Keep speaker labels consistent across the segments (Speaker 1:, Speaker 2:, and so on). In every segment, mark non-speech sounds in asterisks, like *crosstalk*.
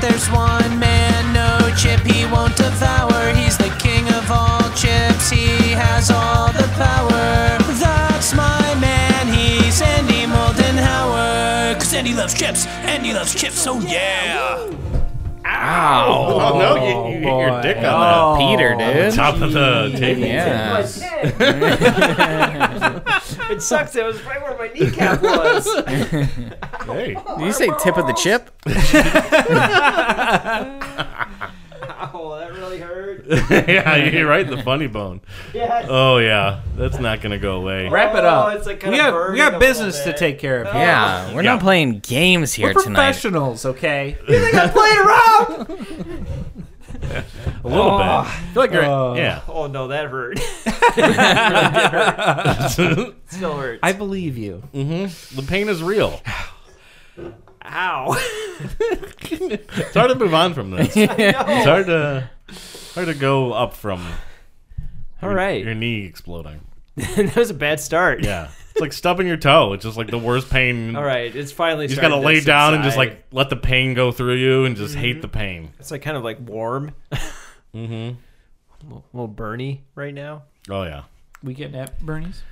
Speaker 1: there's one man, no chip he won't devour. He's the king of all chips, he has all the power. That's my man, he's Andy Moldenhauer. Cause Andy loves chips, Andy loves chips, oh yeah.
Speaker 2: Ow!
Speaker 3: Oh, no, you, you hit your
Speaker 4: boy.
Speaker 3: dick on
Speaker 5: Oh,
Speaker 4: Peter,
Speaker 3: the
Speaker 5: *laughs*
Speaker 4: dude.
Speaker 3: top of the table.
Speaker 4: Yeah.
Speaker 5: it sucks. That was right where my kneecap was.
Speaker 3: Hey,
Speaker 4: Did you say tip of the chip?
Speaker 5: Ow, Oh, that really hurt.
Speaker 3: yeah, *laughs* you're right in the funny bone.
Speaker 5: Yes.
Speaker 3: Oh yeah, that's not gonna go away.
Speaker 2: Wrap it
Speaker 5: Oh,
Speaker 2: up.
Speaker 5: it's like
Speaker 2: we
Speaker 5: kinda
Speaker 2: got we
Speaker 5: burning
Speaker 2: got
Speaker 5: a
Speaker 2: business
Speaker 5: little bit.
Speaker 2: to take care of. here.
Speaker 4: Yeah, we're
Speaker 3: Yeah.
Speaker 4: not playing games here
Speaker 2: We're
Speaker 4: tonight.
Speaker 2: professionals, okay?
Speaker 5: You think I'm playing around?
Speaker 3: A little
Speaker 2: I feel like you're
Speaker 4: Uh,
Speaker 3: bit. Yeah. *laughs*
Speaker 5: Oh no, that hurt. *laughs* Still hurts.
Speaker 2: I believe you.
Speaker 3: the pain is real.
Speaker 5: Ow.
Speaker 3: It's hard to move on from this.
Speaker 5: *laughs*
Speaker 3: It's hard to hard to go up from
Speaker 5: All
Speaker 3: your-
Speaker 5: right.
Speaker 3: your
Speaker 5: *laughs*
Speaker 3: knee exploding.
Speaker 5: that was a bad start.
Speaker 3: Yeah. It's like stubbing your toe. It's just like the worst pain.
Speaker 5: All right, it's finally.
Speaker 3: You just gotta lay down and just like
Speaker 5: subside.
Speaker 3: let the pain go through you and just
Speaker 5: Mm-hmm.
Speaker 3: hate the pain.
Speaker 5: It's like kind of like warm. *laughs* mm-hmm. A little Bernie right now.
Speaker 3: Oh yeah.
Speaker 2: We getting at Bernie's?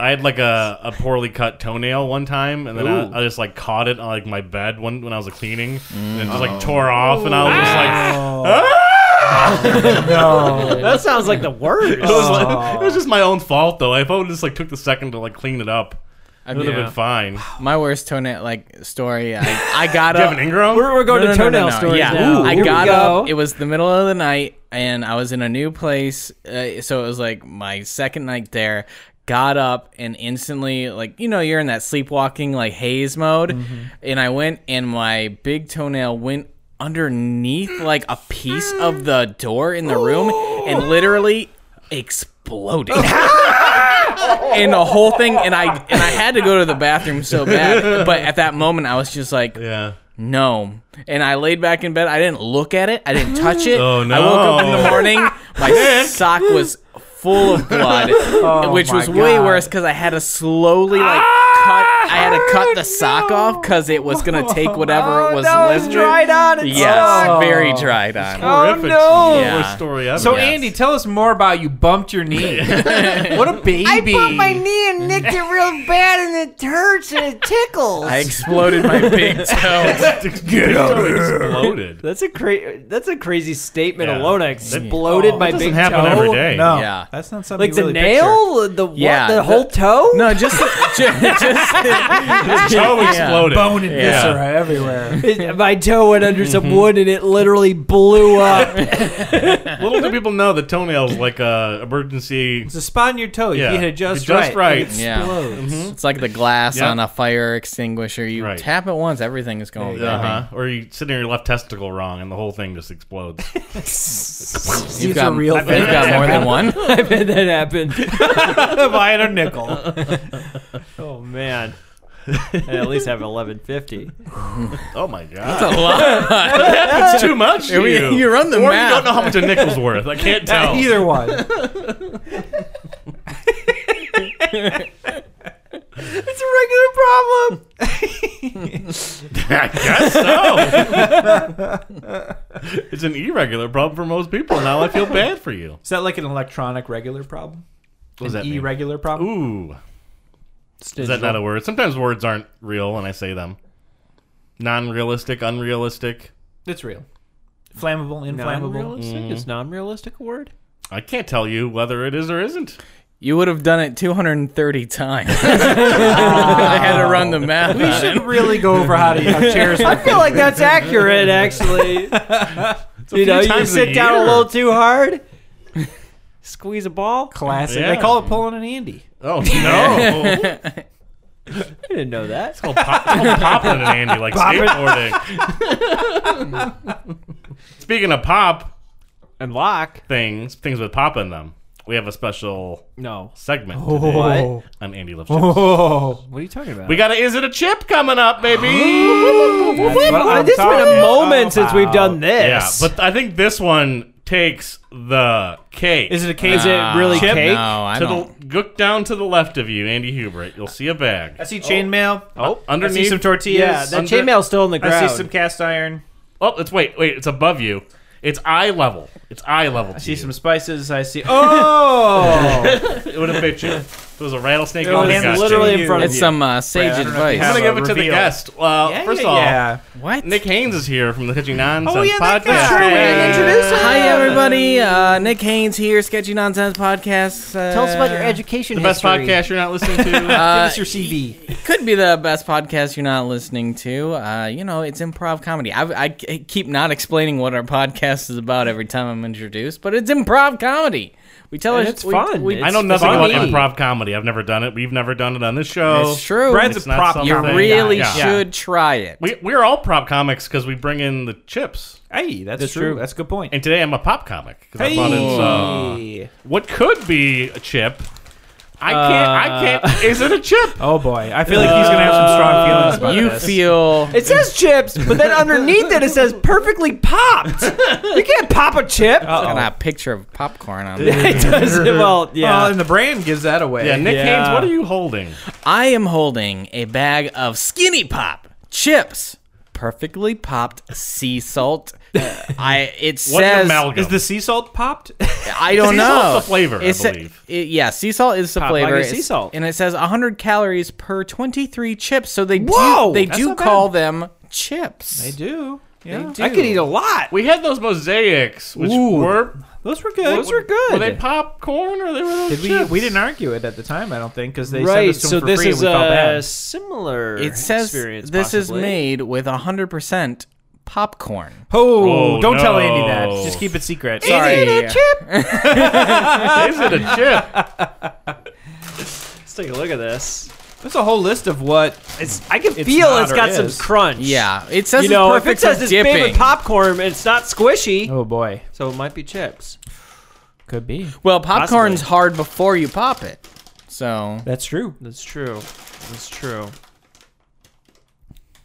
Speaker 3: I had like a, a poorly cut toenail one time, and then
Speaker 5: Ooh.
Speaker 3: I, I just like caught it on like my bed when, when I was like, cleaning, and it just like tore off, and I was just like, *laughs*
Speaker 5: That sounds like the worst.
Speaker 3: it was, like- it was just my own fault though. If I would just like took the second to like clean it up, it would have
Speaker 2: Yeah.
Speaker 3: been fine.
Speaker 4: My worst toenail like story. I, I got
Speaker 3: *laughs* Do you
Speaker 4: up.
Speaker 3: have an ingrown?
Speaker 5: we're, we're going
Speaker 4: Oh. No,
Speaker 5: to
Speaker 4: no, no,
Speaker 5: toenail
Speaker 4: no, no.
Speaker 5: stories
Speaker 4: Yeah,
Speaker 5: now.
Speaker 4: I
Speaker 5: Here we
Speaker 4: got
Speaker 5: go.
Speaker 4: up. It was the middle of the night, and I was in a new place, uh, so it was like my second night there. Got up and instantly, like you know, you're in that sleepwalking like haze mode, and I went and my big toenail went underneath like a piece of the door in the room *gasps* and literally exploded. *laughs* and the whole thing and I and I had to go to the bathroom so bad but at that moment I was just like
Speaker 3: yeah.
Speaker 4: no. And I laid back in bed. I didn't look at it. I didn't touch it.
Speaker 3: Oh, no.
Speaker 4: I woke up in the morning. My sock was full of blood, which
Speaker 2: my
Speaker 4: was way
Speaker 2: God.
Speaker 4: worse because I had to slowly like cut. I had to cut the sock off because it was gonna take whatever
Speaker 2: Oh,
Speaker 4: was
Speaker 5: no,
Speaker 4: left.
Speaker 5: it's dried on. It
Speaker 4: Yes,
Speaker 5: sucks.
Speaker 4: very dried on.
Speaker 5: Oh,
Speaker 3: Horrific.
Speaker 5: no.
Speaker 3: Worst
Speaker 4: Yeah.
Speaker 3: story ever.
Speaker 2: So
Speaker 4: Yes.
Speaker 2: Andy, tell us more about you bumped your knee. what a baby! I bumped my knee.
Speaker 4: *laughs*
Speaker 5: *laughs*
Speaker 4: I exploded my big toe.
Speaker 3: Get out of here.
Speaker 5: *laughs*
Speaker 3: Exploded.
Speaker 5: That's a cra- That's a crazy statement
Speaker 3: Yeah.
Speaker 5: alone. I exploded my
Speaker 3: That
Speaker 5: big
Speaker 3: doesn't happen
Speaker 5: toe.
Speaker 3: every day.
Speaker 2: No,
Speaker 4: Yeah.
Speaker 2: that's not something.
Speaker 5: Like
Speaker 2: you
Speaker 5: the
Speaker 2: really
Speaker 5: nail, the what,
Speaker 4: Yeah,
Speaker 5: the
Speaker 4: the-
Speaker 5: whole toe.
Speaker 2: *laughs*
Speaker 4: No, just *laughs* just, just
Speaker 3: Toe exploded.
Speaker 2: picture. bone and
Speaker 3: Yeah.
Speaker 2: viscera everywhere.
Speaker 5: It- my toe went under some wood and it literally blew up.
Speaker 3: Little do people know the toenail's like a emergency.
Speaker 2: It's a spot on your toe.
Speaker 3: Yeah.
Speaker 2: If you hit it just,
Speaker 3: You're just
Speaker 2: right.
Speaker 3: right.
Speaker 2: it
Speaker 4: Yeah.
Speaker 2: *laughs* explodes.
Speaker 4: It's like the glass
Speaker 3: Yeah.
Speaker 4: on a fire extinguisher. You
Speaker 3: Right.
Speaker 4: tap it once, everything is going.
Speaker 3: Uh
Speaker 4: bang.
Speaker 3: huh. Or you sit in your left testicle wrong, and the whole thing just explodes.
Speaker 4: You've
Speaker 2: These
Speaker 4: got,
Speaker 2: are real
Speaker 4: you've got more than one.
Speaker 2: *laughs*
Speaker 5: I bet *laughs* that happened.
Speaker 2: If I had a nickel,
Speaker 5: Oh man. I at least have an 1150.
Speaker 3: *laughs* oh my god,
Speaker 4: a lot.
Speaker 3: *laughs* that's too much. to
Speaker 4: We-
Speaker 3: you.
Speaker 4: *laughs* you run the
Speaker 3: or
Speaker 4: math.
Speaker 3: You don't know how much a nickel's worth. I can't tell.
Speaker 2: either one.
Speaker 5: It's a regular problem.
Speaker 3: *laughs* I guess so. it's an irregular problem for most people. Now I feel bad for you.
Speaker 2: Is that like an electronic regular problem?
Speaker 3: What does
Speaker 2: an
Speaker 3: that mean?
Speaker 2: irregular problem?
Speaker 3: Ooh, is that not a word? Sometimes words aren't real when I say them. Non-realistic, unrealistic.
Speaker 2: It's real. Flammable, inflammable.
Speaker 5: Is non-realistic a
Speaker 2: *laughs*
Speaker 5: word?
Speaker 3: I can't tell you whether it is or isn't.
Speaker 4: You would have done it 230
Speaker 2: *laughs*
Speaker 4: times. I had to run the math.
Speaker 2: We
Speaker 4: on it.
Speaker 2: should really go over how to how chairs.
Speaker 5: I feel like that's accurate, actually. you know, you
Speaker 3: times a
Speaker 5: sit down a
Speaker 3: year.
Speaker 5: little too hard, squeeze a ball.
Speaker 2: Classic.
Speaker 3: Yeah.
Speaker 2: They call it pulling an Andy.
Speaker 3: Oh no!
Speaker 5: I didn't know that.
Speaker 3: It's called pop, it's called popping and Andy, like skateboarding. Speaking of pop
Speaker 5: And lock.
Speaker 3: things, things with pop in them, we have a special
Speaker 5: No.
Speaker 3: segment today
Speaker 2: Oh.
Speaker 3: on Andy Loves Chips.
Speaker 2: Oh.
Speaker 5: What are you talking about?
Speaker 3: We got a Is It a Chip coming up, baby!
Speaker 2: That's what I'm
Speaker 5: it's been a
Speaker 2: talking
Speaker 5: moment since we've
Speaker 2: about.
Speaker 5: done
Speaker 3: yeah,
Speaker 5: this.
Speaker 3: but I think this one takes the cake.
Speaker 5: Is it a cake? Is
Speaker 4: Ah,
Speaker 5: it really
Speaker 3: Chip?
Speaker 5: cake?
Speaker 4: No, I
Speaker 3: to
Speaker 4: don't.
Speaker 3: the look down to the left of you, Andy Hubert. You'll see a bag.
Speaker 2: I see chainmail.
Speaker 3: Oh,
Speaker 2: I see
Speaker 3: underneath-
Speaker 2: some tortillas.
Speaker 5: Yeah, that
Speaker 3: Under-
Speaker 5: chainmail's still in the ground.
Speaker 2: I see some cast iron.
Speaker 3: Oh, it's wait, wait, it's above you. It's eye level. It's eye level.
Speaker 2: I see some spices.
Speaker 5: *laughs*
Speaker 2: I see. *laughs* Oh,
Speaker 3: It would have bit you. If it was a rattlesnake.
Speaker 5: It was
Speaker 3: it got you.
Speaker 5: literally in front of
Speaker 4: It's
Speaker 5: you.
Speaker 4: some uh, sage
Speaker 2: I don't know if you
Speaker 3: I'm
Speaker 4: advice.
Speaker 2: have-
Speaker 3: gonna give it to the
Speaker 2: reveal.
Speaker 3: guest. Well, first of all,
Speaker 2: yeah.
Speaker 4: What?
Speaker 3: Nick Haynes is here from the Hitching Nonsense
Speaker 2: Oh, yeah, that
Speaker 3: podcast.
Speaker 2: guy. Sure, we didn't introduce him.
Speaker 4: Hi everybody, uh, Nick Haynes here, Sketchy Nonsense Podcast. Uh,
Speaker 5: Tell us about your education.
Speaker 3: The best
Speaker 5: history.
Speaker 3: podcast you're not listening
Speaker 2: *laughs*
Speaker 3: to.
Speaker 4: Uh,
Speaker 5: Give us your CV.
Speaker 4: could be the best podcast you're not listening to. Uh, you know, it's improv comedy. I, I keep not explaining what our podcast is about every time I'm introduced, but it's improv comedy. We tell
Speaker 5: And
Speaker 4: us
Speaker 5: it's fun.
Speaker 4: We,
Speaker 5: It's
Speaker 3: I know nothing
Speaker 5: funny.
Speaker 3: about improv comedy. I've never done it. We've never done it on this show.
Speaker 4: It's true.
Speaker 3: Brad's
Speaker 5: It's
Speaker 3: a prop.
Speaker 5: not
Speaker 4: you
Speaker 5: something-
Speaker 4: really
Speaker 3: Yeah.
Speaker 4: should try it.
Speaker 3: We, we're all prop comics because we bring in the chips.
Speaker 2: hey, that's,
Speaker 5: That's
Speaker 2: true.
Speaker 5: true.
Speaker 2: That's a good point.
Speaker 3: And today I'm a pop comic. 'cause I
Speaker 2: Hey.
Speaker 3: brought in some-
Speaker 5: Hey.
Speaker 3: what could be a chip. I can't. I can't. Is it a chip? Uh,
Speaker 2: Oh boy, Uh, I feel like he's gonna have some strong feelings about
Speaker 4: you
Speaker 2: this.
Speaker 4: feel
Speaker 5: It says chips, but
Speaker 2: *laughs*
Speaker 5: then underneath it it says perfectly popped. *laughs* You can't pop a chip. *laughs*
Speaker 4: got a picture of popcorn on there.
Speaker 5: it does. Well,
Speaker 2: Oh. *laughs* Well,
Speaker 5: yeah.
Speaker 2: and the brand gives that away.
Speaker 3: Yeah, Nick
Speaker 5: Yeah.
Speaker 3: Haynes, what are you holding?
Speaker 4: I am holding a bag of skinny pop chips, perfectly popped sea salt. Uh, I it
Speaker 3: What
Speaker 4: says
Speaker 3: amalgam?
Speaker 2: Is the sea salt popped?
Speaker 4: I don't
Speaker 3: Sea
Speaker 4: know.
Speaker 3: salt's the flavor, I
Speaker 4: It sa-
Speaker 3: believe.
Speaker 4: it- yeah, sea salt is the
Speaker 5: Pop like
Speaker 4: flavor.
Speaker 5: a
Speaker 4: It's-
Speaker 5: sea salt.
Speaker 4: and it says 100 calories per 23 chips. So they
Speaker 5: Whoa,
Speaker 4: do they
Speaker 5: that's
Speaker 4: do
Speaker 5: not bad.
Speaker 4: call them chips. They
Speaker 2: do. Yeah.
Speaker 4: do.
Speaker 5: *laughs* I could eat a lot.
Speaker 3: We had those mosaics, which
Speaker 5: Ooh.
Speaker 3: were
Speaker 2: Those were good.
Speaker 5: Those were good.
Speaker 3: were they popcorn or they were those
Speaker 2: Did we?
Speaker 3: chips?
Speaker 2: We didn't argue it at the time. I don't think because they
Speaker 5: right.
Speaker 2: sent us to
Speaker 5: So
Speaker 2: them for
Speaker 5: this
Speaker 2: free. and
Speaker 5: is uh,
Speaker 2: we felt
Speaker 5: a
Speaker 2: bad.
Speaker 5: similar
Speaker 4: It says
Speaker 5: experience.
Speaker 4: this is
Speaker 5: possibly.
Speaker 4: made with 100% popcorn.
Speaker 2: Oh,
Speaker 3: Oh,
Speaker 2: don't tell
Speaker 3: no.
Speaker 2: Andy that. Just keep it secret.
Speaker 4: Sorry.
Speaker 3: Is it a
Speaker 2: *laughs*
Speaker 3: chip?
Speaker 5: Let's take a look at this.
Speaker 2: There's a whole list of what.
Speaker 5: It's I can
Speaker 2: It's
Speaker 5: feel
Speaker 2: not
Speaker 5: it's
Speaker 2: or
Speaker 5: got some
Speaker 2: is.
Speaker 5: crunch.
Speaker 4: Yeah, it says
Speaker 5: you know,
Speaker 4: it's
Speaker 5: if it
Speaker 4: perfect
Speaker 5: says
Speaker 4: for
Speaker 5: it's made
Speaker 4: dipping.
Speaker 5: with popcorn, it's not squishy,
Speaker 2: Oh boy,
Speaker 5: so it might be chips.
Speaker 2: could be.
Speaker 4: well, popcorn's
Speaker 5: Possibly.
Speaker 4: hard before you pop it. So,
Speaker 5: *laughs*
Speaker 2: That's true.
Speaker 5: That's true. That's true.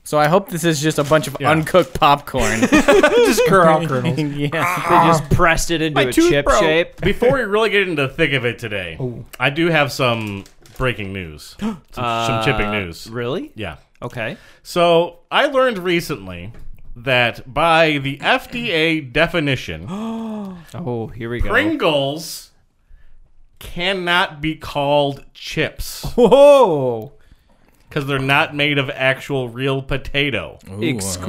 Speaker 4: so I hope this is just a bunch of uncooked popcorn.
Speaker 2: Just curl
Speaker 4: *laughs*
Speaker 2: kernels.
Speaker 4: yeah.
Speaker 5: They just pressed it into
Speaker 2: My
Speaker 5: a
Speaker 2: tooth
Speaker 5: chip
Speaker 2: broke.
Speaker 5: shape.
Speaker 3: Before we really get into the thick of it today, I do have some breaking
Speaker 2: *gasps*
Speaker 3: news, some, some
Speaker 2: Uh,
Speaker 3: chipping news.
Speaker 5: Really?
Speaker 3: Yeah.
Speaker 5: Okay.
Speaker 3: So I learned recently that by the FDA
Speaker 2: *gasps*
Speaker 3: definition,
Speaker 5: Oh, here we go.
Speaker 3: Pringles cannot be called chips
Speaker 2: *laughs* *laughs* Whoa.
Speaker 3: because they're not made of actual real potato.
Speaker 5: Excuse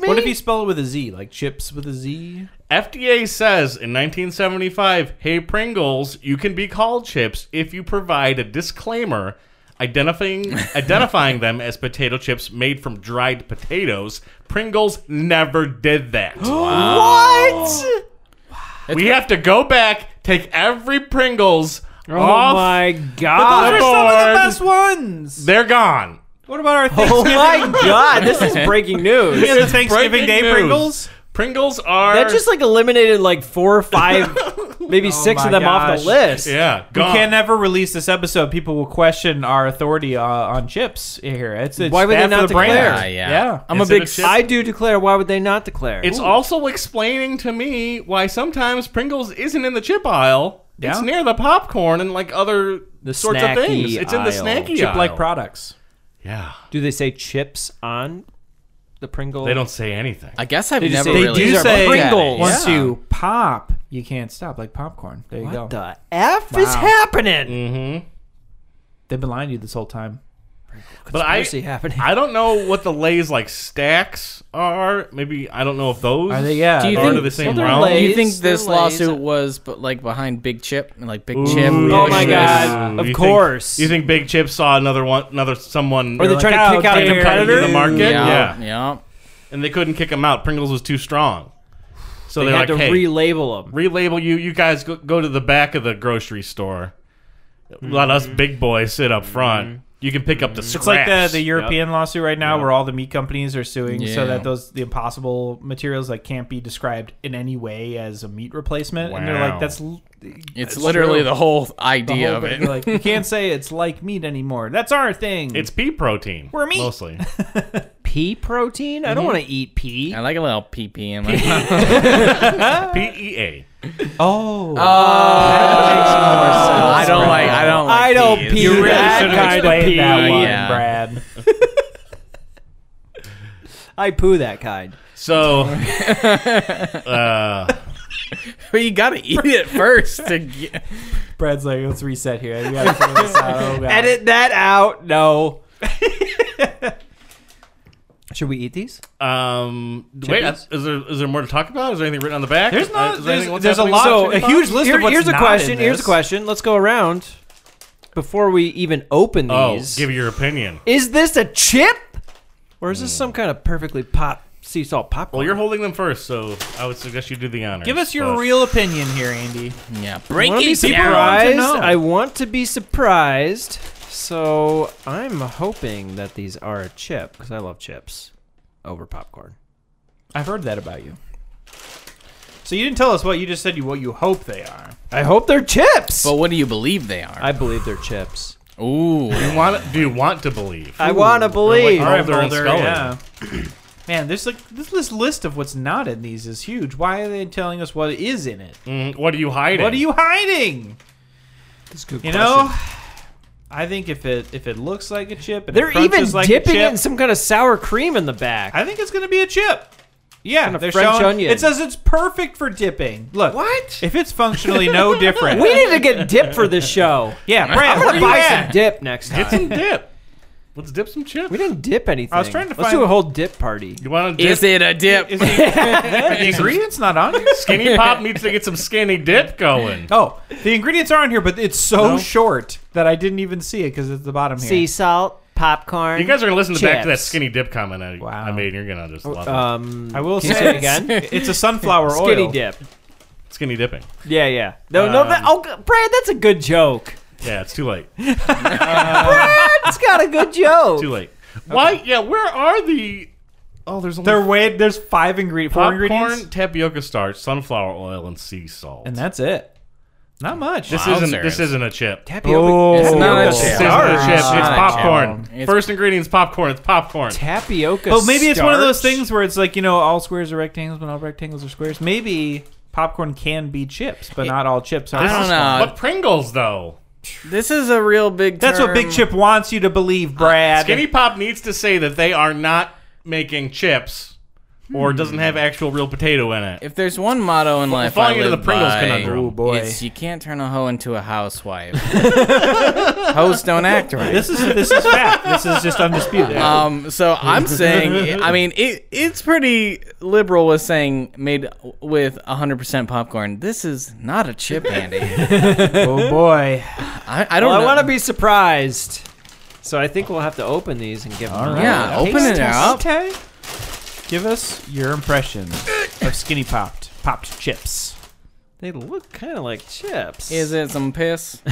Speaker 5: me.
Speaker 2: What if you spell it with a Z, like chips with a Z?
Speaker 3: FDA says in 1975, "Hey Pringles, you can be called chips if you provide a disclaimer
Speaker 4: *laughs*
Speaker 3: identifying identifying them as potato chips made from dried potatoes." Pringles never
Speaker 4: *gasps*
Speaker 3: did that.
Speaker 5: Uh, What?
Speaker 3: we have to go back, take every Pringles
Speaker 5: Oh
Speaker 3: off.
Speaker 5: my
Speaker 3: those are
Speaker 5: god.
Speaker 3: so-
Speaker 2: Some of the
Speaker 3: Lord.
Speaker 2: best ones.
Speaker 3: They're gone.
Speaker 2: What about our
Speaker 5: Oh
Speaker 2: Thanksgiving?
Speaker 5: my *laughs* god, this is breaking news.
Speaker 2: the Thanksgiving
Speaker 3: breaking
Speaker 2: Day
Speaker 3: news.
Speaker 2: Pringles?
Speaker 3: Pringles are
Speaker 5: That just like eliminated like four or five, maybe six
Speaker 2: my
Speaker 5: of them off
Speaker 2: gosh.
Speaker 5: the list.
Speaker 3: yeah
Speaker 2: We
Speaker 3: gone.
Speaker 2: can never release this episode. People will question our authority uh, on chips here. It's, it's
Speaker 5: Why would they
Speaker 2: bad for
Speaker 5: not
Speaker 2: the brand.
Speaker 5: declare?
Speaker 4: Yeah, yeah.
Speaker 2: yeah.
Speaker 4: I'm
Speaker 3: Is
Speaker 4: a
Speaker 3: it
Speaker 4: big
Speaker 3: a chip?
Speaker 5: I do declare. Why would they not declare?
Speaker 3: It's also explaining to me why sometimes Pringles isn't in the chip aisle. It's
Speaker 2: Yeah.
Speaker 3: near the popcorn and like other
Speaker 5: The
Speaker 3: sorts of
Speaker 5: snacky
Speaker 3: things. It's in the
Speaker 5: aisle.
Speaker 3: snacky aisle.
Speaker 2: Chip-like products.
Speaker 3: Yeah.
Speaker 5: do they say chips on the Pringle?
Speaker 3: They don't say anything.
Speaker 4: I guess I've
Speaker 5: They just
Speaker 4: never
Speaker 5: say-
Speaker 2: They
Speaker 4: really
Speaker 2: do
Speaker 5: These are
Speaker 2: say
Speaker 5: Pringles.
Speaker 2: once
Speaker 4: Yeah.
Speaker 2: you pop, you can't stop, like popcorn. There you
Speaker 5: What
Speaker 2: go.
Speaker 5: the f is
Speaker 2: Wow.
Speaker 5: happening?
Speaker 3: Mm-hmm.
Speaker 2: They've been lying to you this whole time.
Speaker 3: But I,
Speaker 5: Conspiracy happening.
Speaker 3: I don't know what the Lay's like stacks are. Maybe I don't know if those
Speaker 2: Are they? Yeah.
Speaker 4: Do you
Speaker 3: are
Speaker 4: think-
Speaker 3: under the same
Speaker 5: Well, they're
Speaker 3: realm.
Speaker 5: Lay's.
Speaker 4: Do you think
Speaker 5: Lays,
Speaker 4: this
Speaker 5: they're Lays.
Speaker 4: lawsuit was but like behind Big Chip and like Big
Speaker 3: Ooh,
Speaker 4: Chip?
Speaker 5: Oh my
Speaker 4: pushing
Speaker 5: God.
Speaker 4: this?
Speaker 5: of
Speaker 3: You think-
Speaker 5: course.
Speaker 3: you think Big Chip saw another one, another someone?
Speaker 5: Or they
Speaker 3: like,
Speaker 5: try
Speaker 2: "How
Speaker 5: to kick out a
Speaker 2: dare
Speaker 5: competitor?
Speaker 3: in the market?
Speaker 4: Mm, Yeah,
Speaker 3: Yeah.
Speaker 4: yeah.
Speaker 3: and they couldn't kick him out. Pringles was too strong, so are
Speaker 5: They had
Speaker 3: like,
Speaker 5: to
Speaker 3: "Hey,
Speaker 5: relabel them.
Speaker 3: relabel you. You guys go, go to the back of the grocery store. Let us big boys sit up front. You can pick up the
Speaker 2: It's
Speaker 3: scraps.
Speaker 2: like uh, the, the European lawsuit right now, where all the meat companies are suing
Speaker 4: Yeah.
Speaker 2: so that those the impossible materials like can't be described in any way as a meat replacement, and they're
Speaker 3: Wow.
Speaker 2: like, that's l-
Speaker 4: It's literally
Speaker 2: true.
Speaker 4: the whole
Speaker 2: the
Speaker 4: idea
Speaker 2: whole
Speaker 4: of
Speaker 2: bit.
Speaker 4: it.
Speaker 2: They're like you can't say it's like meat anymore. That's our thing.
Speaker 3: It's pea protein.
Speaker 2: *laughs* We're meat.
Speaker 3: Mostly.
Speaker 5: pea protein? I don't want to eat pea.
Speaker 4: I like a little pee pee in my mouth.
Speaker 3: P E A.
Speaker 5: Oh,
Speaker 4: I don't like. I don't like.
Speaker 5: I don't
Speaker 4: peas.
Speaker 5: pee.
Speaker 2: You really
Speaker 5: that
Speaker 3: should've
Speaker 5: kind of
Speaker 2: Explain
Speaker 5: pee.
Speaker 2: that one,
Speaker 4: yeah.
Speaker 2: Brad.
Speaker 5: I poo that kind.
Speaker 2: *laughs*
Speaker 3: So, uh,
Speaker 4: But you gotta eat it first to get.
Speaker 2: Brad's like, let's reset here. We gotta figure this out. Oh, God.
Speaker 5: Edit that out. No. *laughs* Should we eat these?
Speaker 3: um, wait, is there is there more to talk about? Is there anything written on the back? Uh,
Speaker 2: There's no-
Speaker 3: Is there
Speaker 2: there's-
Speaker 3: anything- what's
Speaker 2: there's a
Speaker 3: happening?
Speaker 2: lot-
Speaker 5: So a
Speaker 2: Here-
Speaker 5: huge list
Speaker 2: here-
Speaker 5: of what's
Speaker 2: here's a
Speaker 5: not
Speaker 2: question,
Speaker 5: in Here's a
Speaker 2: this.
Speaker 5: question. Let's go around before we even open
Speaker 3: Oh,
Speaker 5: these.
Speaker 3: give your opinion.
Speaker 5: is this a chip, or is this some kind of perfectly pop sea salt popcorn?
Speaker 3: Well, you're holding them first, so I would suggest you do the honors.
Speaker 2: Give us your
Speaker 3: but-
Speaker 2: real opinion here, Andy.
Speaker 4: Yeah,
Speaker 5: I want to
Speaker 4: *laughs*
Speaker 5: be
Speaker 4: breaking down.
Speaker 5: surprised.
Speaker 2: know.
Speaker 5: I want to be surprised. So I'm hoping that these are a chip because I love chips over popcorn.
Speaker 2: I've heard that about you. So you didn't tell us what you just said. You what you hope they are.
Speaker 5: I hope they're chips.
Speaker 4: But what do you believe they are?
Speaker 5: I believe they're chips.
Speaker 4: Ooh,
Speaker 3: You want? Do you want to believe?
Speaker 5: I want to believe.
Speaker 3: All right, Mulder,
Speaker 2: yeah. *clears throat* Man, there's like this, this list of what's not in these is huge. Why are they telling us what is in it?
Speaker 3: Mm, what are you hiding?
Speaker 2: What are you hiding?
Speaker 5: That's a good
Speaker 2: You
Speaker 5: question.
Speaker 2: know, I think if it if it looks like a chip and it
Speaker 5: they're even
Speaker 2: crunches like
Speaker 5: dipping
Speaker 2: a
Speaker 5: it
Speaker 2: chip,
Speaker 5: in some kind of sour cream in the back.
Speaker 2: I think it's gonna be a chip. Yeah,
Speaker 5: of
Speaker 2: they're
Speaker 5: French
Speaker 2: showing,
Speaker 5: onion.
Speaker 2: It says it's perfect for dipping. Look,
Speaker 5: What?
Speaker 2: If it's
Speaker 5: *laughs*
Speaker 2: functionally no different,
Speaker 5: we need to get dip for this show.
Speaker 2: *laughs*
Speaker 5: *laughs*
Speaker 2: yeah,
Speaker 5: I'm
Speaker 2: Brad, what
Speaker 5: gonna
Speaker 2: are you
Speaker 5: buy
Speaker 2: at?
Speaker 5: some dip next time.
Speaker 3: Get some dip. Let's dip some chips.
Speaker 5: we didn't dip anything.
Speaker 2: I was trying to
Speaker 5: Let's
Speaker 2: find-
Speaker 5: do a whole dip party.
Speaker 3: You want to dip?
Speaker 4: is it a dip?
Speaker 2: Is the, the ingredients not on? *laughs* here?
Speaker 3: skinny pop needs to get some skinny dip
Speaker 2: *laughs*
Speaker 3: going.
Speaker 2: Oh, the ingredients are on here, but it's so
Speaker 3: No.
Speaker 2: short that I didn't even see it because it's the bottom here.
Speaker 5: salt, popcorn.
Speaker 3: You guys are gonna listen to back to that
Speaker 5: Chips.
Speaker 3: skinny dip comment I,
Speaker 2: Wow.
Speaker 3: I made. You're gonna just love
Speaker 5: Um,
Speaker 2: I will
Speaker 5: Can you
Speaker 2: say
Speaker 5: say it
Speaker 2: again,
Speaker 5: again?
Speaker 2: *laughs* it's
Speaker 5: *laughs*
Speaker 2: a sunflower oil.
Speaker 5: skinny dip.
Speaker 3: it. Skinny dipping.
Speaker 5: Yeah, yeah. No, no. That, oh, Brad, that's a good joke.
Speaker 3: Yeah, it's too late.
Speaker 5: Brad's got a good joke.
Speaker 3: Too late. Why? Yeah, where are the? Oh, there's only
Speaker 2: There way there's five ingredient, four
Speaker 3: popcorn,
Speaker 2: ingredients,
Speaker 3: tapioca starch, sunflower oil, and sea salt.
Speaker 2: and that's it. Not much.
Speaker 3: this
Speaker 4: Wowzers.
Speaker 3: isn't this isn't a chip.
Speaker 5: Tapioca,
Speaker 4: It's not a
Speaker 2: Oh.
Speaker 3: This
Speaker 4: chip.
Speaker 3: isn't a
Speaker 2: Starch.
Speaker 3: chip. It's
Speaker 4: It's not a chip.
Speaker 3: popcorn.
Speaker 4: It's-
Speaker 3: First ingredient's popcorn. It's popcorn.
Speaker 5: tapioca.
Speaker 2: But maybe it's one of those
Speaker 5: starch?
Speaker 2: things where it's like you know, all squares are rectangles, but all rectangles are squares. Maybe popcorn can be chips, but not all chips are.
Speaker 4: I don't
Speaker 2: popcorn.
Speaker 4: know.
Speaker 3: But Pringles though.
Speaker 4: This is a real big.
Speaker 2: That's what
Speaker 4: term.
Speaker 2: Big Chip wants you to believe, Brad.
Speaker 3: Skinny Pop needs to say that they are not making chips or doesn't have actual real potato in it.
Speaker 4: If there's one motto in life,
Speaker 3: falling
Speaker 4: I
Speaker 3: into the
Speaker 4: live
Speaker 3: Pringles
Speaker 4: by,
Speaker 3: conundrum. Ooh,
Speaker 2: boy.
Speaker 4: it's you can't turn a hoe into a
Speaker 2: *laughs*
Speaker 4: housewife. Hoes don't act right.
Speaker 2: This is this is fact. This is just undisputed.
Speaker 4: Um, so I'm saying, I mean, it, it's pretty liberal with saying made with 100% popcorn. This is not a chip, Andy.
Speaker 2: *laughs* oh boy.
Speaker 4: I, I don't
Speaker 5: *laughs* Well, I
Speaker 4: know.
Speaker 5: want to be surprised. So I think we'll have to open these and give them.
Speaker 4: Yeah, open it up.
Speaker 2: Okay. Give us your impression of skinny popped popped chips.
Speaker 5: They look kind of like chips.
Speaker 4: Is it some piss?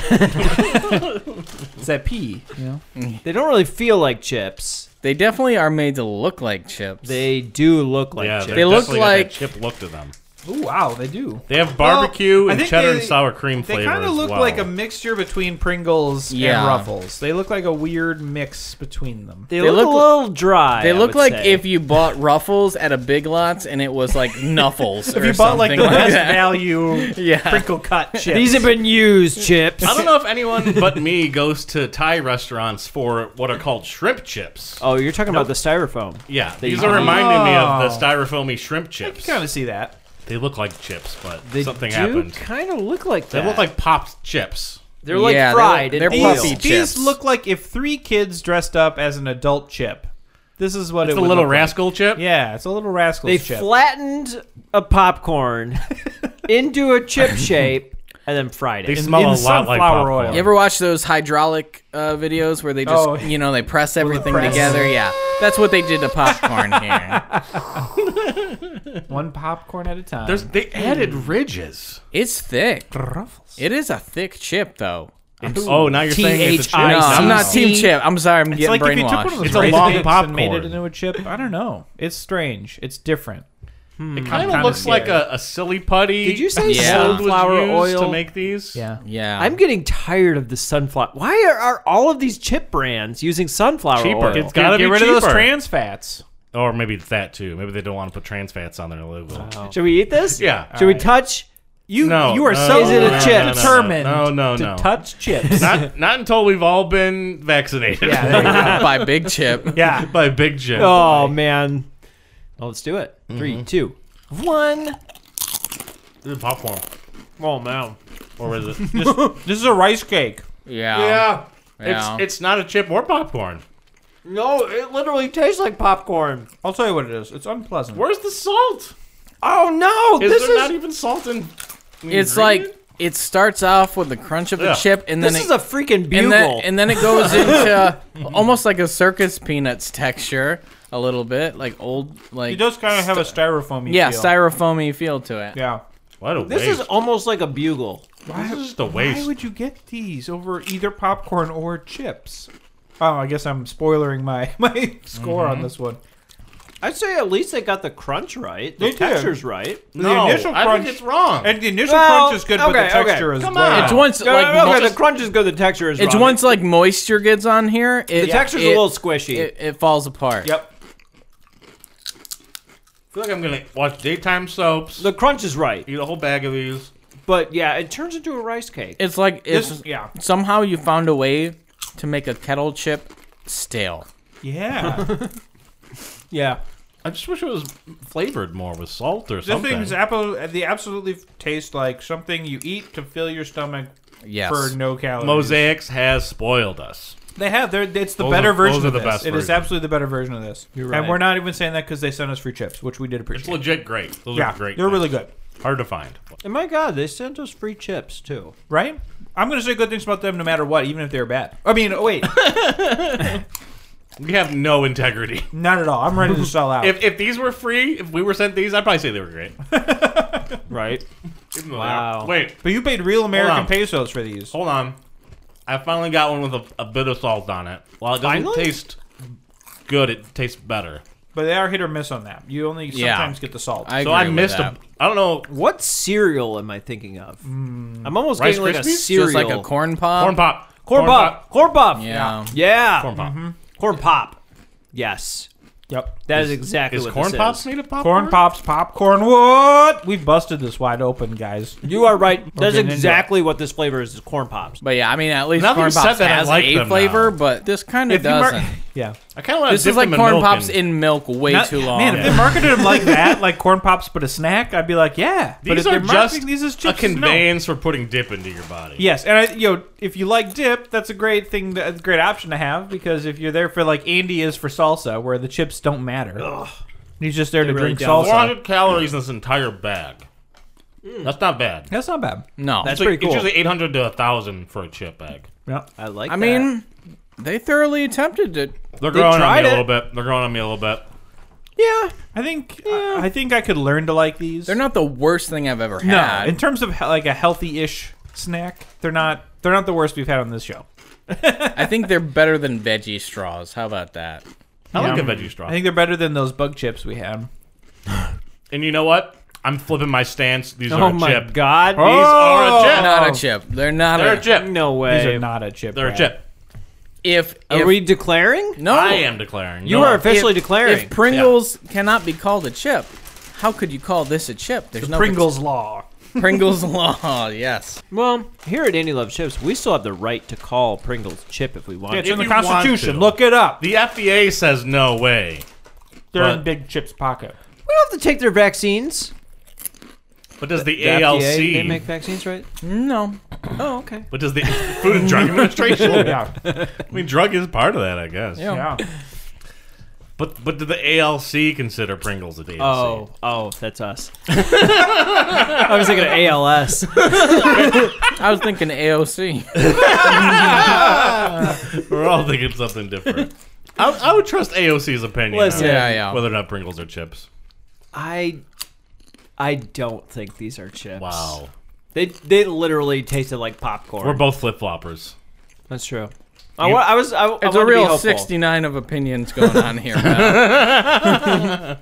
Speaker 2: Is that pea? You know?
Speaker 5: They don't really feel like chips.
Speaker 4: They definitely are made to look like chips.
Speaker 5: They do look like
Speaker 3: yeah,
Speaker 5: chips.
Speaker 4: They look
Speaker 3: definitely got that
Speaker 4: like-
Speaker 3: chip look to them.
Speaker 2: Oh wow, they do.
Speaker 3: They have barbecue
Speaker 2: I
Speaker 3: and
Speaker 2: think
Speaker 3: cheddar and
Speaker 2: they-
Speaker 3: sour cream
Speaker 2: They
Speaker 3: flavor.
Speaker 2: kind of
Speaker 3: as
Speaker 2: look
Speaker 3: well.
Speaker 2: like a mixture between Pringles and
Speaker 4: Yeah.
Speaker 2: Ruffles. They look like a weird mix between them.
Speaker 5: They,
Speaker 4: They
Speaker 5: look,
Speaker 4: look-
Speaker 5: a little dry.
Speaker 4: They
Speaker 5: I
Speaker 4: look
Speaker 5: would
Speaker 4: like
Speaker 5: say.
Speaker 4: if you bought Ruffles at a Big Lots and it was
Speaker 2: *laughs*
Speaker 4: like Nuffles or
Speaker 2: If you bought like
Speaker 4: something
Speaker 2: the best
Speaker 4: that. *laughs*
Speaker 2: value
Speaker 4: Yeah.
Speaker 2: crinkle cut chips.
Speaker 5: these have been used chips.
Speaker 3: I don't know if *laughs* anyone but me goes to Thai restaurants for what are called shrimp chips.
Speaker 5: Oh, you're talking about the styrofoam.
Speaker 3: Yeah,
Speaker 5: They-
Speaker 3: these are reminding me of the styrofoamy shrimp
Speaker 2: you
Speaker 3: chips.
Speaker 2: kind of see that.
Speaker 3: Oh. They look like chips, but
Speaker 5: They
Speaker 3: something
Speaker 5: do
Speaker 3: happened.
Speaker 5: kind of look like
Speaker 3: They
Speaker 5: that.
Speaker 3: look like popped chips.
Speaker 5: they're like
Speaker 4: Yeah, they look-
Speaker 5: fried. and
Speaker 4: they're
Speaker 5: boiled.
Speaker 4: puffy.
Speaker 2: These,
Speaker 4: chips.
Speaker 2: these look like if three kids dressed up as an adult chip. This is what
Speaker 3: It's
Speaker 2: it
Speaker 3: a
Speaker 2: would
Speaker 3: little
Speaker 2: look like.
Speaker 3: rascal chip.
Speaker 2: Yeah, it's a little rascal
Speaker 5: They
Speaker 2: chip.
Speaker 5: flattened
Speaker 3: *laughs*
Speaker 5: a popcorn into a chip shape and then fried
Speaker 3: They
Speaker 5: it.
Speaker 3: smell
Speaker 2: in
Speaker 3: a lot like
Speaker 2: sunflower
Speaker 3: popcorn.
Speaker 2: oil.
Speaker 4: You ever watch those hydraulic uh, videos where they just,
Speaker 2: Oh.
Speaker 4: you know, they press everything
Speaker 2: press.
Speaker 4: together? Yeah. That's what they did to popcorn
Speaker 2: *laughs*
Speaker 4: here.
Speaker 2: One popcorn at a time.
Speaker 3: There's, they added ridges.
Speaker 4: It's thick.
Speaker 2: Ruffles.
Speaker 4: It is a thick chip, though.
Speaker 3: Oh, now you're saying it's a chip.
Speaker 5: I
Speaker 4: No,
Speaker 5: see.
Speaker 4: I'm not team chip. I'm sorry, I'm
Speaker 2: It's
Speaker 4: getting
Speaker 2: like if you took one
Speaker 4: brainwashed.
Speaker 2: of those
Speaker 3: It's a
Speaker 2: Raisin
Speaker 3: long
Speaker 2: Bits and made it
Speaker 3: popcorn.
Speaker 2: into a chip. I don't know. It's strange. It's different.
Speaker 5: Mm-hmm.
Speaker 3: It
Speaker 2: I'm
Speaker 3: kind
Speaker 2: kinda
Speaker 3: of looks like
Speaker 2: scared.
Speaker 3: a, a silly putty.
Speaker 5: Did you say
Speaker 4: Yeah.
Speaker 3: mold was
Speaker 5: sunflower
Speaker 3: used
Speaker 5: oil?
Speaker 3: to make these?
Speaker 2: Yeah.
Speaker 4: Yeah.
Speaker 5: I'm getting tired of the sunflower. Why are, are all of these chip brands using sunflower
Speaker 3: Cheaper.
Speaker 5: oil?
Speaker 3: It's gotta
Speaker 2: get
Speaker 3: be
Speaker 2: rid of those
Speaker 3: cheaper.
Speaker 2: trans fats.
Speaker 3: Or maybe it's that too. Maybe they don't want to put trans fats on their logo.
Speaker 5: Should we eat this?
Speaker 3: Yeah.
Speaker 5: Should we touch? You
Speaker 3: No,
Speaker 5: Oh. you are
Speaker 3: no,
Speaker 5: so
Speaker 3: no, no, no,
Speaker 5: chip?
Speaker 3: no, no.
Speaker 2: Determined
Speaker 3: no, no,
Speaker 2: to
Speaker 3: no.
Speaker 2: touch chips.
Speaker 3: Not not until we've all been vaccinated.
Speaker 2: yeah,
Speaker 3: *laughs*
Speaker 2: there you
Speaker 4: *laughs*
Speaker 2: go.
Speaker 4: by Big
Speaker 2: *laughs*
Speaker 4: Chip.
Speaker 2: yeah.
Speaker 3: By Big Jim.
Speaker 5: *laughs* Oh man. Well, let's do it.
Speaker 3: Mm-hmm.
Speaker 5: Three, two, one.
Speaker 3: This is popcorn.
Speaker 5: Oh man.
Speaker 3: Or is it?
Speaker 2: This is a rice cake.
Speaker 4: Yeah.
Speaker 3: *laughs* yeah.
Speaker 4: Yeah.
Speaker 3: It's it's not a chip or popcorn.
Speaker 5: No, it literally tastes like popcorn.
Speaker 2: I'll tell you what it is. It's unpleasant.
Speaker 3: Where's the salt?
Speaker 5: Oh no!
Speaker 3: Is
Speaker 5: this
Speaker 3: there
Speaker 5: is
Speaker 3: not even salt in? the
Speaker 4: It's
Speaker 3: ingredient?
Speaker 4: like it starts off with the crunch of a
Speaker 3: Yeah.
Speaker 4: chip, and then
Speaker 5: this
Speaker 4: it,
Speaker 5: is a freaking
Speaker 4: and
Speaker 5: bugle.
Speaker 4: then and then it goes
Speaker 2: *laughs*
Speaker 4: into almost like a circus peanuts texture, a little bit like old like
Speaker 2: it does kind of have a styrofoam.
Speaker 4: yeah styrofoamy feel to it.
Speaker 2: Yeah.
Speaker 3: what a
Speaker 5: this
Speaker 3: waste.
Speaker 5: is almost like a bugle.
Speaker 3: This is just a waste.
Speaker 2: Why would you get these over either popcorn or chips? Oh, I guess I'm spoilering my *laughs* my score
Speaker 3: Mm-hmm.
Speaker 2: on this one.
Speaker 5: I'd say at least they got the crunch right. The
Speaker 2: They did.
Speaker 5: texture's right.
Speaker 3: no,
Speaker 2: initial
Speaker 3: I
Speaker 2: crunch-
Speaker 3: think it's wrong.
Speaker 2: And the initial
Speaker 5: Well,
Speaker 2: crunch is good, but
Speaker 5: okay,
Speaker 2: the
Speaker 5: okay.
Speaker 2: texture is
Speaker 3: Come
Speaker 2: bland.
Speaker 3: on.
Speaker 4: It's once like mo-
Speaker 5: okay, the crunch is good. The texture is.
Speaker 4: it's
Speaker 5: wrong.
Speaker 4: once like moisture gets on here, it,
Speaker 5: The texture's
Speaker 4: it,
Speaker 5: a little squishy.
Speaker 4: It, it falls apart.
Speaker 2: Yep.
Speaker 3: I feel like I'm gonna watch daytime soaps.
Speaker 5: the crunch is right,
Speaker 3: Eat a whole bag of these.
Speaker 5: but yeah, it turns into a rice cake.
Speaker 4: It's like it's
Speaker 2: This- yeah.
Speaker 4: somehow you found a way to make a kettle chip stale.
Speaker 2: *laughs* Yeah.
Speaker 3: *laughs*
Speaker 5: Yeah.
Speaker 3: I just wish it was flavored more with salt or
Speaker 2: the
Speaker 3: something.
Speaker 2: things apple they absolutely taste like something you eat to fill your stomach
Speaker 4: Yes.
Speaker 2: for no calories.
Speaker 3: Mosaics has spoiled us.
Speaker 2: They have. They're, it's the
Speaker 3: Those
Speaker 2: better
Speaker 3: are-
Speaker 2: version
Speaker 3: those are
Speaker 2: of
Speaker 3: the
Speaker 2: this.
Speaker 3: best
Speaker 2: It is
Speaker 3: version.
Speaker 2: absolutely the better version of this.
Speaker 5: You're
Speaker 2: And
Speaker 5: right.
Speaker 2: we're not even saying that because they sent us free chips, which we did
Speaker 3: It's
Speaker 2: appreciate.
Speaker 3: legit great. Those
Speaker 2: yeah,
Speaker 3: are great.
Speaker 2: they're
Speaker 3: things.
Speaker 2: really good,
Speaker 3: Hard to find.
Speaker 5: And my God, they sent us free chips too.
Speaker 2: right? I'm gonna say good things about them no matter what, even if they're bad. I mean, oh, wait, *laughs*
Speaker 3: We have no integrity. *laughs*
Speaker 2: not at all. I'm ready to sell out.
Speaker 3: If, if these were free, if we were sent these, I'd probably say they were great.
Speaker 5: Right.
Speaker 3: Even though they
Speaker 5: Wow.
Speaker 3: are- Wait,
Speaker 2: but you paid real American
Speaker 3: on.
Speaker 2: pesos for these.
Speaker 3: hold on. I finally got one with a, a bit of salt on it. While it doesn't
Speaker 5: Finally?
Speaker 3: taste good, it tastes better.
Speaker 2: But they are hit or miss on that. You only
Speaker 4: Yeah.
Speaker 2: sometimes get the salt.
Speaker 4: I agree
Speaker 3: So I
Speaker 4: with
Speaker 3: missed
Speaker 4: that.
Speaker 3: a. I don't know.
Speaker 5: What cereal am I thinking of? I'm almost
Speaker 3: Rice
Speaker 5: getting like a
Speaker 3: Krispies? Just
Speaker 5: cereal.
Speaker 4: Just like a Um, corn pop.
Speaker 3: Corn pop.
Speaker 5: Corn pop. Corn pop.
Speaker 4: Yeah.
Speaker 5: Yeah.
Speaker 3: Corn pop.
Speaker 5: Corn pop. Yes.
Speaker 2: yep.
Speaker 5: that is exactly
Speaker 3: Is
Speaker 5: what
Speaker 3: corn
Speaker 5: this
Speaker 3: pops
Speaker 5: is.
Speaker 3: made of popcorn?
Speaker 2: Corn pops, popcorn. What? We busted this wide open, guys.
Speaker 5: You are right. That's
Speaker 2: getting into
Speaker 5: exactly what this flavor is, is corn pops.
Speaker 4: But yeah, I mean, at least
Speaker 3: Now that
Speaker 4: corn
Speaker 3: you've said
Speaker 4: pops
Speaker 3: that, I
Speaker 4: has
Speaker 3: like them
Speaker 4: a
Speaker 3: now.
Speaker 4: flavor, but this kind of
Speaker 3: you mar-
Speaker 4: doesn't.
Speaker 2: Yeah.
Speaker 3: I kind of want to.
Speaker 4: This is like corn pops in milk way
Speaker 2: Not-
Speaker 4: too long.
Speaker 2: Man, if they marketed them like that, like corn pops but a snack, I'd be like, yeah. but if
Speaker 3: These
Speaker 2: they're
Speaker 3: are
Speaker 2: marketing
Speaker 3: just
Speaker 2: these as
Speaker 3: a
Speaker 2: chips, no.
Speaker 3: conveyance for putting dip into your body.
Speaker 2: Yes, and I, you know, if you like dip, that's a great thing. To, that's a great option to have because if you're there for like Andy is for salsa, where the chips don't matter, he's just there to
Speaker 5: really
Speaker 2: drink
Speaker 5: don't.
Speaker 2: salsa.
Speaker 3: 400 calories in this entire bag. That's not bad.
Speaker 2: That's not bad.
Speaker 4: no,
Speaker 5: That's
Speaker 3: It's like-
Speaker 5: pretty cool.
Speaker 3: It's usually 800 to 1,000 for a chip bag.
Speaker 2: Yeah.
Speaker 5: I like.
Speaker 4: I
Speaker 5: that.
Speaker 4: mean, they thoroughly attempted it.
Speaker 3: They're growing on me
Speaker 5: tried
Speaker 3: a
Speaker 5: it.
Speaker 3: little bit. They're growing on me a little bit.
Speaker 5: yeah.
Speaker 2: I think I, I think I could learn to like these.
Speaker 4: They're not the worst thing I've ever
Speaker 2: no
Speaker 4: had.
Speaker 2: in terms of he- like a healthy-ish snack. They're not. They're not the worst we've had on this show.
Speaker 4: I think they're better than veggie straws. How about that?
Speaker 3: I like
Speaker 2: Yeah.
Speaker 3: a veggie straw.
Speaker 2: I think they're better than those bug chips we had.
Speaker 3: and you know what? I'm flipping my stance. These
Speaker 5: Oh
Speaker 3: are a
Speaker 5: my
Speaker 3: chip.
Speaker 5: God.
Speaker 3: These are a chip.
Speaker 5: Oh.
Speaker 4: Not a chip. They're not
Speaker 3: They're
Speaker 4: a,
Speaker 3: a chip.
Speaker 5: No way.
Speaker 2: These are not a chip.
Speaker 3: They're a
Speaker 2: wrap.
Speaker 3: chip.
Speaker 4: If,
Speaker 5: Are
Speaker 4: if-
Speaker 5: we declaring?
Speaker 4: no,
Speaker 3: I am declaring.
Speaker 5: You
Speaker 3: No,
Speaker 5: are officially
Speaker 4: if,
Speaker 5: declaring.
Speaker 4: If Pringles cannot be called a chip, how could you call this a chip? There's no
Speaker 2: Pringles Law.
Speaker 4: *laughs* Pringles law. Yes.
Speaker 5: well, here at Andy Love Chips, we still have the right to call Pringles chip if we want.
Speaker 2: It's
Speaker 3: If
Speaker 2: in the
Speaker 3: you want
Speaker 2: Constitution.
Speaker 3: to.
Speaker 2: Look it up.
Speaker 3: The FDA says no way.
Speaker 2: They're in
Speaker 3: But-
Speaker 2: Big Chip's pocket.
Speaker 5: We don't have to take their vaccines.
Speaker 3: But does the,
Speaker 5: The FDA,
Speaker 3: ALC?
Speaker 5: they make vaccines, right?
Speaker 4: No.
Speaker 5: Oh, okay.
Speaker 3: but does the Food and Drug Administration?
Speaker 2: Yeah.
Speaker 3: I mean, drug is part of that, I guess.
Speaker 4: Yeah.
Speaker 2: yeah.
Speaker 3: But but did the ALC consider Pringles a DLC?
Speaker 5: Oh, oh, that's *laughs* us. I was thinking of ALS.
Speaker 4: I was thinking
Speaker 5: *laughs*
Speaker 4: AOC.
Speaker 3: We're all thinking something different. I, I would trust AOC's opinion. on
Speaker 5: Listen.
Speaker 4: yeah, yeah.
Speaker 3: Whether or not Pringles are chips.
Speaker 5: I, I don't think these are chips.
Speaker 3: Wow.
Speaker 5: They they literally tasted like popcorn.
Speaker 3: We're both flip floppers.
Speaker 5: that's true. I, wa- I was. I, I
Speaker 4: It's
Speaker 5: wanted
Speaker 4: a
Speaker 5: to be
Speaker 4: real
Speaker 5: helpful.
Speaker 4: 69
Speaker 5: *laughs*
Speaker 4: of opinions going on here. Matt.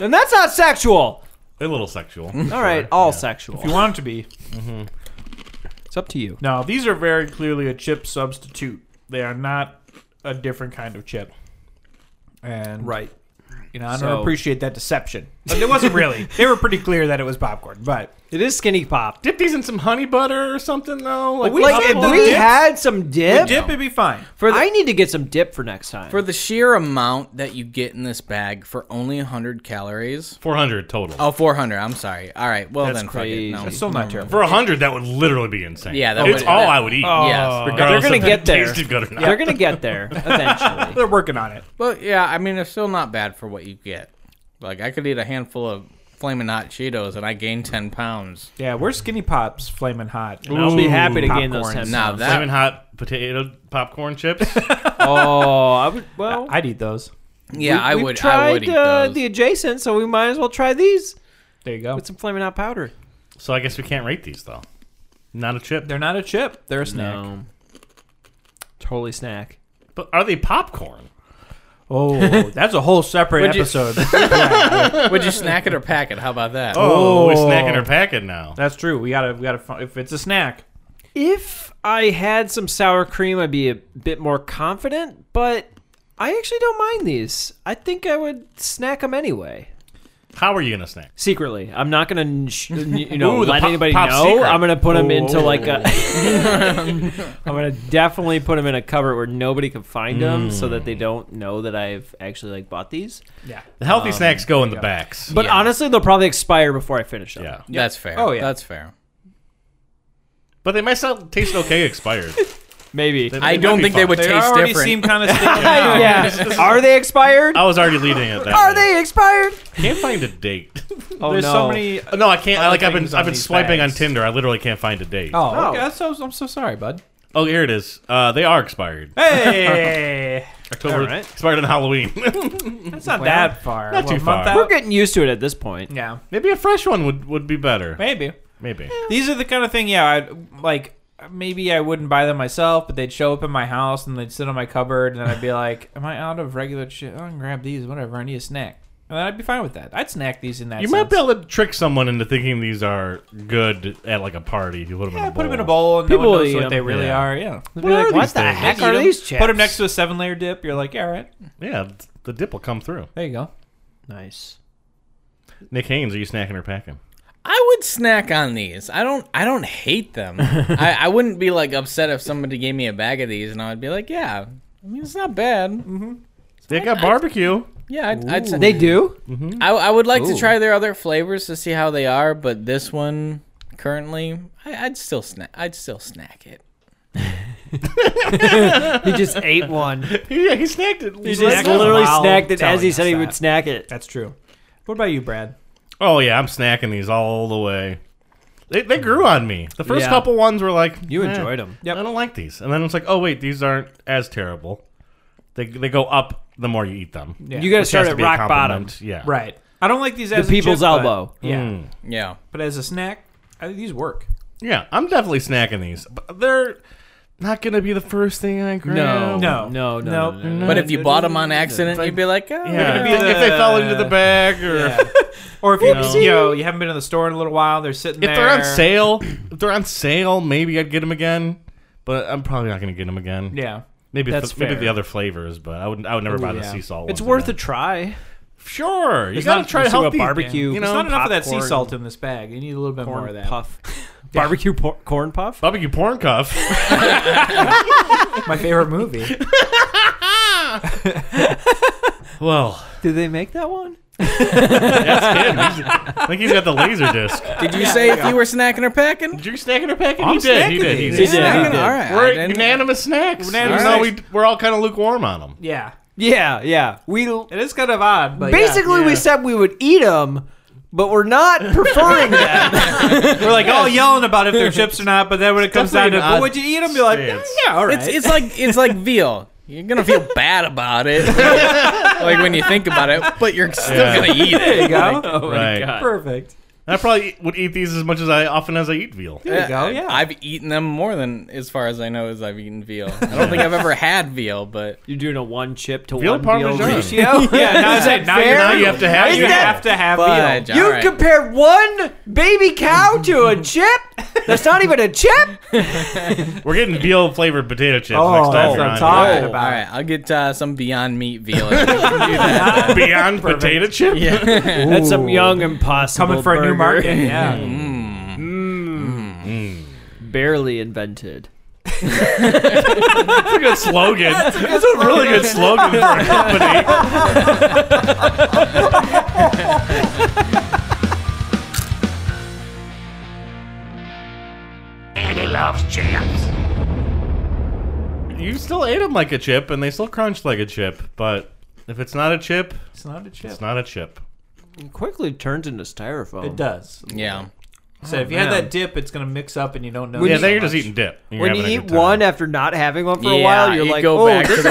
Speaker 5: and that's not sexual.
Speaker 3: A little sexual.
Speaker 5: All right, all sexual.
Speaker 2: If you want it to be.
Speaker 5: it's up to you.
Speaker 2: No, these are very clearly a chip substitute. They are not a different kind of chip. And
Speaker 5: Right.
Speaker 2: you know, I don't
Speaker 5: So-
Speaker 2: appreciate that deception. But it
Speaker 5: *laughs*
Speaker 2: wasn't really. they were pretty clear that it was popcorn, but
Speaker 5: It is skinny pop.
Speaker 3: Dip these in some honey butter or something though. Like,
Speaker 2: We
Speaker 5: like
Speaker 2: had
Speaker 5: if
Speaker 2: the
Speaker 5: we
Speaker 2: dip.
Speaker 5: had some dip,
Speaker 2: dip it'd be fine.
Speaker 4: For the,
Speaker 5: I need to get some dip for next time.
Speaker 4: for the sheer amount that you get in this bag for only 100 calories.
Speaker 3: Four hundred total.
Speaker 4: Oh, 400. I'm sorry. All right. Well,
Speaker 5: That's
Speaker 4: then
Speaker 5: crazy.
Speaker 4: fuck it. No.
Speaker 2: That's still not terrible.
Speaker 3: For a hundred, that would literally be insane.
Speaker 4: Yeah, that
Speaker 3: it's
Speaker 4: would-
Speaker 3: all
Speaker 4: that-
Speaker 3: I would eat.
Speaker 4: Yes.
Speaker 5: they're
Speaker 3: regardless
Speaker 5: gonna
Speaker 3: if
Speaker 5: get
Speaker 3: it
Speaker 5: there.
Speaker 3: tasted good or not.
Speaker 5: They're gonna get *laughs* there eventually.
Speaker 2: They're working on it.
Speaker 4: Well, yeah, I mean, it's still not bad for what you get. Like, I could eat a handful of flaming hot Cheetos and I gain 10 pounds.
Speaker 2: Yeah, we're skinny pops flaming hot. And
Speaker 5: I'll be happy to gain
Speaker 2: Popcorn.
Speaker 5: those ten.
Speaker 4: Now
Speaker 5: pounds.
Speaker 4: that
Speaker 3: Flaming hot potato popcorn chips.
Speaker 5: oh, I would. Well,
Speaker 2: I'd eat those.
Speaker 4: yeah,
Speaker 5: we-
Speaker 4: I
Speaker 5: we've
Speaker 4: would
Speaker 5: Tried,
Speaker 4: I would eat
Speaker 5: uh,
Speaker 4: those.
Speaker 5: the adjacent, so we might as well try these
Speaker 2: There you go.
Speaker 5: with some flaming hot powder.
Speaker 3: so I guess we can't rate these though. Not a chip.
Speaker 2: They're not a chip. They're a
Speaker 5: *laughs*
Speaker 2: snack.
Speaker 5: Um, totally snack.
Speaker 3: But are they popcorn?
Speaker 2: Oh, that's a whole separate
Speaker 4: Would you-
Speaker 5: *laughs*
Speaker 2: episode.
Speaker 4: would you snack it or pack it? How about that?
Speaker 3: Oh, we're
Speaker 2: Oh.
Speaker 3: snacking or packing now.
Speaker 2: that's true. We gotta, we gotta. fi- If it's a snack,
Speaker 5: If I had some sour cream, I'd be a bit more confident, but I actually don't mind these. I think I would snack them anyway.
Speaker 3: How are you gonna snack?
Speaker 5: Secretly, I'm not gonna,
Speaker 3: *laughs*
Speaker 5: sh- you know,
Speaker 3: Ooh, the
Speaker 5: let
Speaker 3: pop-
Speaker 5: anybody
Speaker 3: pop
Speaker 5: know.
Speaker 3: secret.
Speaker 5: I'm gonna put them into
Speaker 2: Oh.
Speaker 3: *laughs*
Speaker 5: like a. *laughs* I'm gonna definitely put them in a cupboard where nobody can find
Speaker 3: Mm.
Speaker 5: them, so that they don't know that I've actually like bought these.
Speaker 2: yeah.
Speaker 3: The healthy snacks go in the backs.
Speaker 5: But
Speaker 4: Yeah.
Speaker 5: honestly, they'll probably expire before I finish them.
Speaker 3: yeah,
Speaker 4: That's fair.
Speaker 2: Oh, yeah.
Speaker 4: That's fair.
Speaker 3: but they might still taste okay expired.
Speaker 5: maybe.
Speaker 3: They-
Speaker 4: I
Speaker 5: I,
Speaker 3: might
Speaker 4: don't
Speaker 3: be
Speaker 4: think they
Speaker 3: fine.
Speaker 4: would
Speaker 2: They
Speaker 4: taste
Speaker 2: already
Speaker 4: different.
Speaker 2: seem
Speaker 5: *laughs*
Speaker 2: kind of stinky.
Speaker 5: yeah,
Speaker 3: *laughs*
Speaker 5: are they expired?
Speaker 3: I was already leading it. That way.
Speaker 5: Are they expired?
Speaker 3: Can't find a date.
Speaker 5: Oh
Speaker 2: There's
Speaker 5: no!
Speaker 2: so many.
Speaker 3: no, I can't. I, like I've
Speaker 2: things
Speaker 3: been
Speaker 2: on
Speaker 3: I've been
Speaker 2: these
Speaker 3: swiping
Speaker 2: bags.
Speaker 3: on Tinder. I literally can't find a date.
Speaker 2: Oh,
Speaker 5: Oh.
Speaker 2: okay. That's so, I'm so sorry, bud.
Speaker 3: Oh, here it is. Uh, they are expired.
Speaker 2: *laughs* Hey,
Speaker 3: October
Speaker 5: All right.
Speaker 3: expired on Halloween. *laughs*
Speaker 2: that's not that far.
Speaker 3: not
Speaker 2: What,
Speaker 3: too
Speaker 2: month
Speaker 3: far.
Speaker 2: out?
Speaker 5: We're getting used to it at this point.
Speaker 2: Yeah,
Speaker 3: Maybe a fresh one would, would be better.
Speaker 2: maybe.
Speaker 3: Maybe.
Speaker 2: These are the kind of thing. Yeah, I'd, like maybe I wouldn't buy them myself, but they'd show up in my house and they'd sit on my cupboard, and then I'd be like, "Am I out of regular shit? I can grab these. Whatever. I need a snack." And then I'd be fine with that. I'd snack these in that.
Speaker 3: You might be able to trick someone into thinking these are good at like a party if you put them in
Speaker 2: Yeah,
Speaker 3: a bowl.
Speaker 2: put them in a bowl, and
Speaker 5: People
Speaker 2: no one
Speaker 5: will
Speaker 2: knows
Speaker 5: eat
Speaker 2: what
Speaker 5: them,
Speaker 2: they really
Speaker 3: yeah.
Speaker 2: are. Yeah.
Speaker 5: They'd
Speaker 3: What
Speaker 5: be
Speaker 3: are
Speaker 5: like, what
Speaker 3: these
Speaker 5: the
Speaker 3: things?
Speaker 5: heck
Speaker 2: You
Speaker 5: are
Speaker 2: know,
Speaker 5: these chips?
Speaker 2: Put them next to a seven-layer dip. You're like, yeah, all right.
Speaker 3: Yeah, th- the dip will come through.
Speaker 2: There you go.
Speaker 5: Nice.
Speaker 3: Nick Haynes, are you snacking or packing?
Speaker 4: I would snack on these. I don't. I don't hate them. I, I wouldn't be like upset if somebody gave me a bag of these, and I'd be like, yeah. I mean, it's not bad.
Speaker 3: They got barbecue.
Speaker 4: Yeah, I'd, I'd
Speaker 5: They do.
Speaker 4: I, I would like to
Speaker 5: Ooh.
Speaker 4: try their other flavors to see how they are, but this one currently, I, I'd still snack. I'd still snack it.
Speaker 5: He just ate *laughs* one.
Speaker 3: yeah, he snacked it. "Oh,
Speaker 5: He
Speaker 2: Snack
Speaker 5: just
Speaker 2: them
Speaker 5: literally
Speaker 2: while
Speaker 5: snacked it as
Speaker 2: telling
Speaker 5: he
Speaker 2: us
Speaker 5: said he would
Speaker 2: that.
Speaker 5: snack it.
Speaker 2: That's true. What about you, Brad?
Speaker 3: Oh yeah, I'm snacking these all the way. They, they grew on me. The first
Speaker 5: Yeah.
Speaker 3: couple ones were like
Speaker 5: You
Speaker 3: eh,
Speaker 5: enjoyed 'em.
Speaker 2: Yep.
Speaker 3: I don't like these, and then it's like, oh wait, these aren't as terrible. They they go up the more you eat them.
Speaker 2: Yeah.
Speaker 5: You got
Speaker 3: Which
Speaker 5: to
Speaker 3: has
Speaker 5: start
Speaker 3: to
Speaker 5: at
Speaker 3: be a
Speaker 5: rock bottom.
Speaker 3: compliment. Yeah,
Speaker 2: Right. I don't like these as a
Speaker 5: people's
Speaker 2: chip, but-
Speaker 5: elbow.
Speaker 2: yeah,
Speaker 3: Mm.
Speaker 4: Yeah.
Speaker 2: but as a snack, I think these work.
Speaker 3: Yeah, I'm definitely snacking these. But they're not gonna be the first thing I grab.
Speaker 2: No,
Speaker 5: No, no, no, no, no,
Speaker 4: But if you bought them on accident, you'd be like, oh,
Speaker 3: Yeah.
Speaker 2: gonna be
Speaker 3: if they
Speaker 2: the-
Speaker 3: fell into the bag or
Speaker 2: Yeah. or if you, you know you haven't been in the store in a little while, they're sitting
Speaker 3: if
Speaker 2: there.
Speaker 3: they're on sale, if they're on sale, maybe I'd get them again. But I'm probably not gonna get them again.
Speaker 2: Yeah.
Speaker 3: maybe if
Speaker 5: That's
Speaker 3: the, maybe
Speaker 5: fair.
Speaker 3: the other flavors, but I would I would never buy the
Speaker 2: yeah.
Speaker 3: sea salt.
Speaker 5: It's
Speaker 3: ones
Speaker 5: worth a
Speaker 3: again.
Speaker 5: try.
Speaker 3: Sure, you
Speaker 5: It's
Speaker 3: gotta
Speaker 5: not-
Speaker 3: try
Speaker 5: you see what
Speaker 3: healthy
Speaker 5: barbecue-
Speaker 3: You
Speaker 5: It's
Speaker 3: know,
Speaker 2: There's not *laughs* enough of that sea
Speaker 5: popcorn.
Speaker 2: salt in this bag. You need a little bit more of
Speaker 5: Corn
Speaker 2: that.
Speaker 5: *laughs* puff. Barbecue por- corn puff.
Speaker 3: barbecue porn cuff.
Speaker 2: My favorite movie. *laughs*
Speaker 3: well,
Speaker 5: Did they make that one?
Speaker 3: that's him. He's, I think he's got the laser disc.
Speaker 4: Did you say if you were snacking or packing?
Speaker 3: *laughs* Did you snacking or packing?
Speaker 2: I'm
Speaker 3: he did. He
Speaker 2: snacking
Speaker 3: did. He
Speaker 2: these.
Speaker 3: did.
Speaker 5: He did, he
Speaker 4: Snacking?
Speaker 5: did.
Speaker 4: All right. I
Speaker 3: We're
Speaker 4: didn't-
Speaker 3: unanimous snacks.
Speaker 2: Unanimous
Speaker 3: Even though
Speaker 2: snacks.
Speaker 3: we, we're all kind of lukewarm on them.
Speaker 2: Yeah.
Speaker 5: Yeah, yeah. We
Speaker 2: It is kind of odd, but yeah.
Speaker 5: basically we said we would eat them, but we're *laughs* not preferring them.
Speaker 2: we're like all yelling about if they're chips or not, but then when it comes down
Speaker 3: definitely
Speaker 2: to,
Speaker 3: an
Speaker 2: but
Speaker 3: odd
Speaker 2: would you eat them? You're like, yeah,
Speaker 3: stance.
Speaker 2: yeah, all right.
Speaker 4: It's,
Speaker 5: *laughs*
Speaker 4: it's like it's like veal. You're gonna feel bad about it, *laughs* like when you think about it, but you're still
Speaker 3: Yeah.
Speaker 4: gonna eat it.
Speaker 5: *laughs* Oh
Speaker 2: there you go.
Speaker 3: Right.
Speaker 2: Perfect.
Speaker 3: And I probably e, would eat these as much as I often as I eat veal.
Speaker 2: There you go.
Speaker 4: I-
Speaker 2: Yeah.
Speaker 4: I've eaten them more than, as far as I know, as I've eaten veal. I don't think I've ever had veal, but
Speaker 5: You're doing a one chip to
Speaker 3: Veal
Speaker 5: one veal
Speaker 3: parmesan.
Speaker 5: ratio.
Speaker 2: *laughs* yeah, now, it's like, now, you,
Speaker 5: fair?
Speaker 2: now you
Speaker 3: have to have
Speaker 2: you
Speaker 3: veal.
Speaker 2: have to have veal.
Speaker 4: fudge. all
Speaker 5: You
Speaker 4: right.
Speaker 5: compared one baby cow to a chip? That's not even a chip.
Speaker 3: We're getting veal flavored potato chips
Speaker 2: Oh,
Speaker 3: next
Speaker 2: that's
Speaker 3: time.
Speaker 2: what I'm
Speaker 3: you're
Speaker 2: talking
Speaker 3: on.
Speaker 2: about.
Speaker 4: all right, I'll get uh, some Beyond Meat veal. *laughs* if you can do that.
Speaker 3: Beyond potato chip.
Speaker 4: yeah.
Speaker 5: That's some
Speaker 2: Ooh.
Speaker 5: young impossible
Speaker 2: coming for a new
Speaker 5: burger.
Speaker 2: market. *laughs* Yeah.
Speaker 5: Barely invented.
Speaker 3: That's a good slogan. That's a really good slogan for a company.
Speaker 6: Andy loves chips.
Speaker 3: You still ate them like a chip, and they still crunch like a chip. But if it's not a chip,
Speaker 2: It's not a chip.
Speaker 3: it's not a chip.
Speaker 5: It quickly turns into styrofoam.
Speaker 2: It does.
Speaker 4: yeah.
Speaker 2: So if you had that dip, it's gonna mix up and you don't know.
Speaker 5: When
Speaker 3: yeah,
Speaker 5: you-
Speaker 3: then you're just eating dip. and you're
Speaker 5: When you
Speaker 3: having a
Speaker 5: eat
Speaker 3: good time.
Speaker 5: one after not having one for a
Speaker 4: Yeah,
Speaker 5: while, you're
Speaker 4: you
Speaker 5: like,
Speaker 4: go
Speaker 5: oh,
Speaker 4: back to
Speaker 5: this is
Speaker 4: the-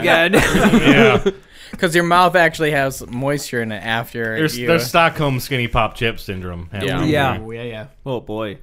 Speaker 3: *laughs*
Speaker 5: again. *laughs*
Speaker 3: yeah,
Speaker 4: Because your mouth actually has moisture in it after
Speaker 3: there's,
Speaker 4: you.
Speaker 3: there's Stockholm skinny pop chip syndrome. happening.
Speaker 4: Yeah.
Speaker 5: Yeah.
Speaker 2: Ooh, yeah, yeah.
Speaker 5: oh, boy.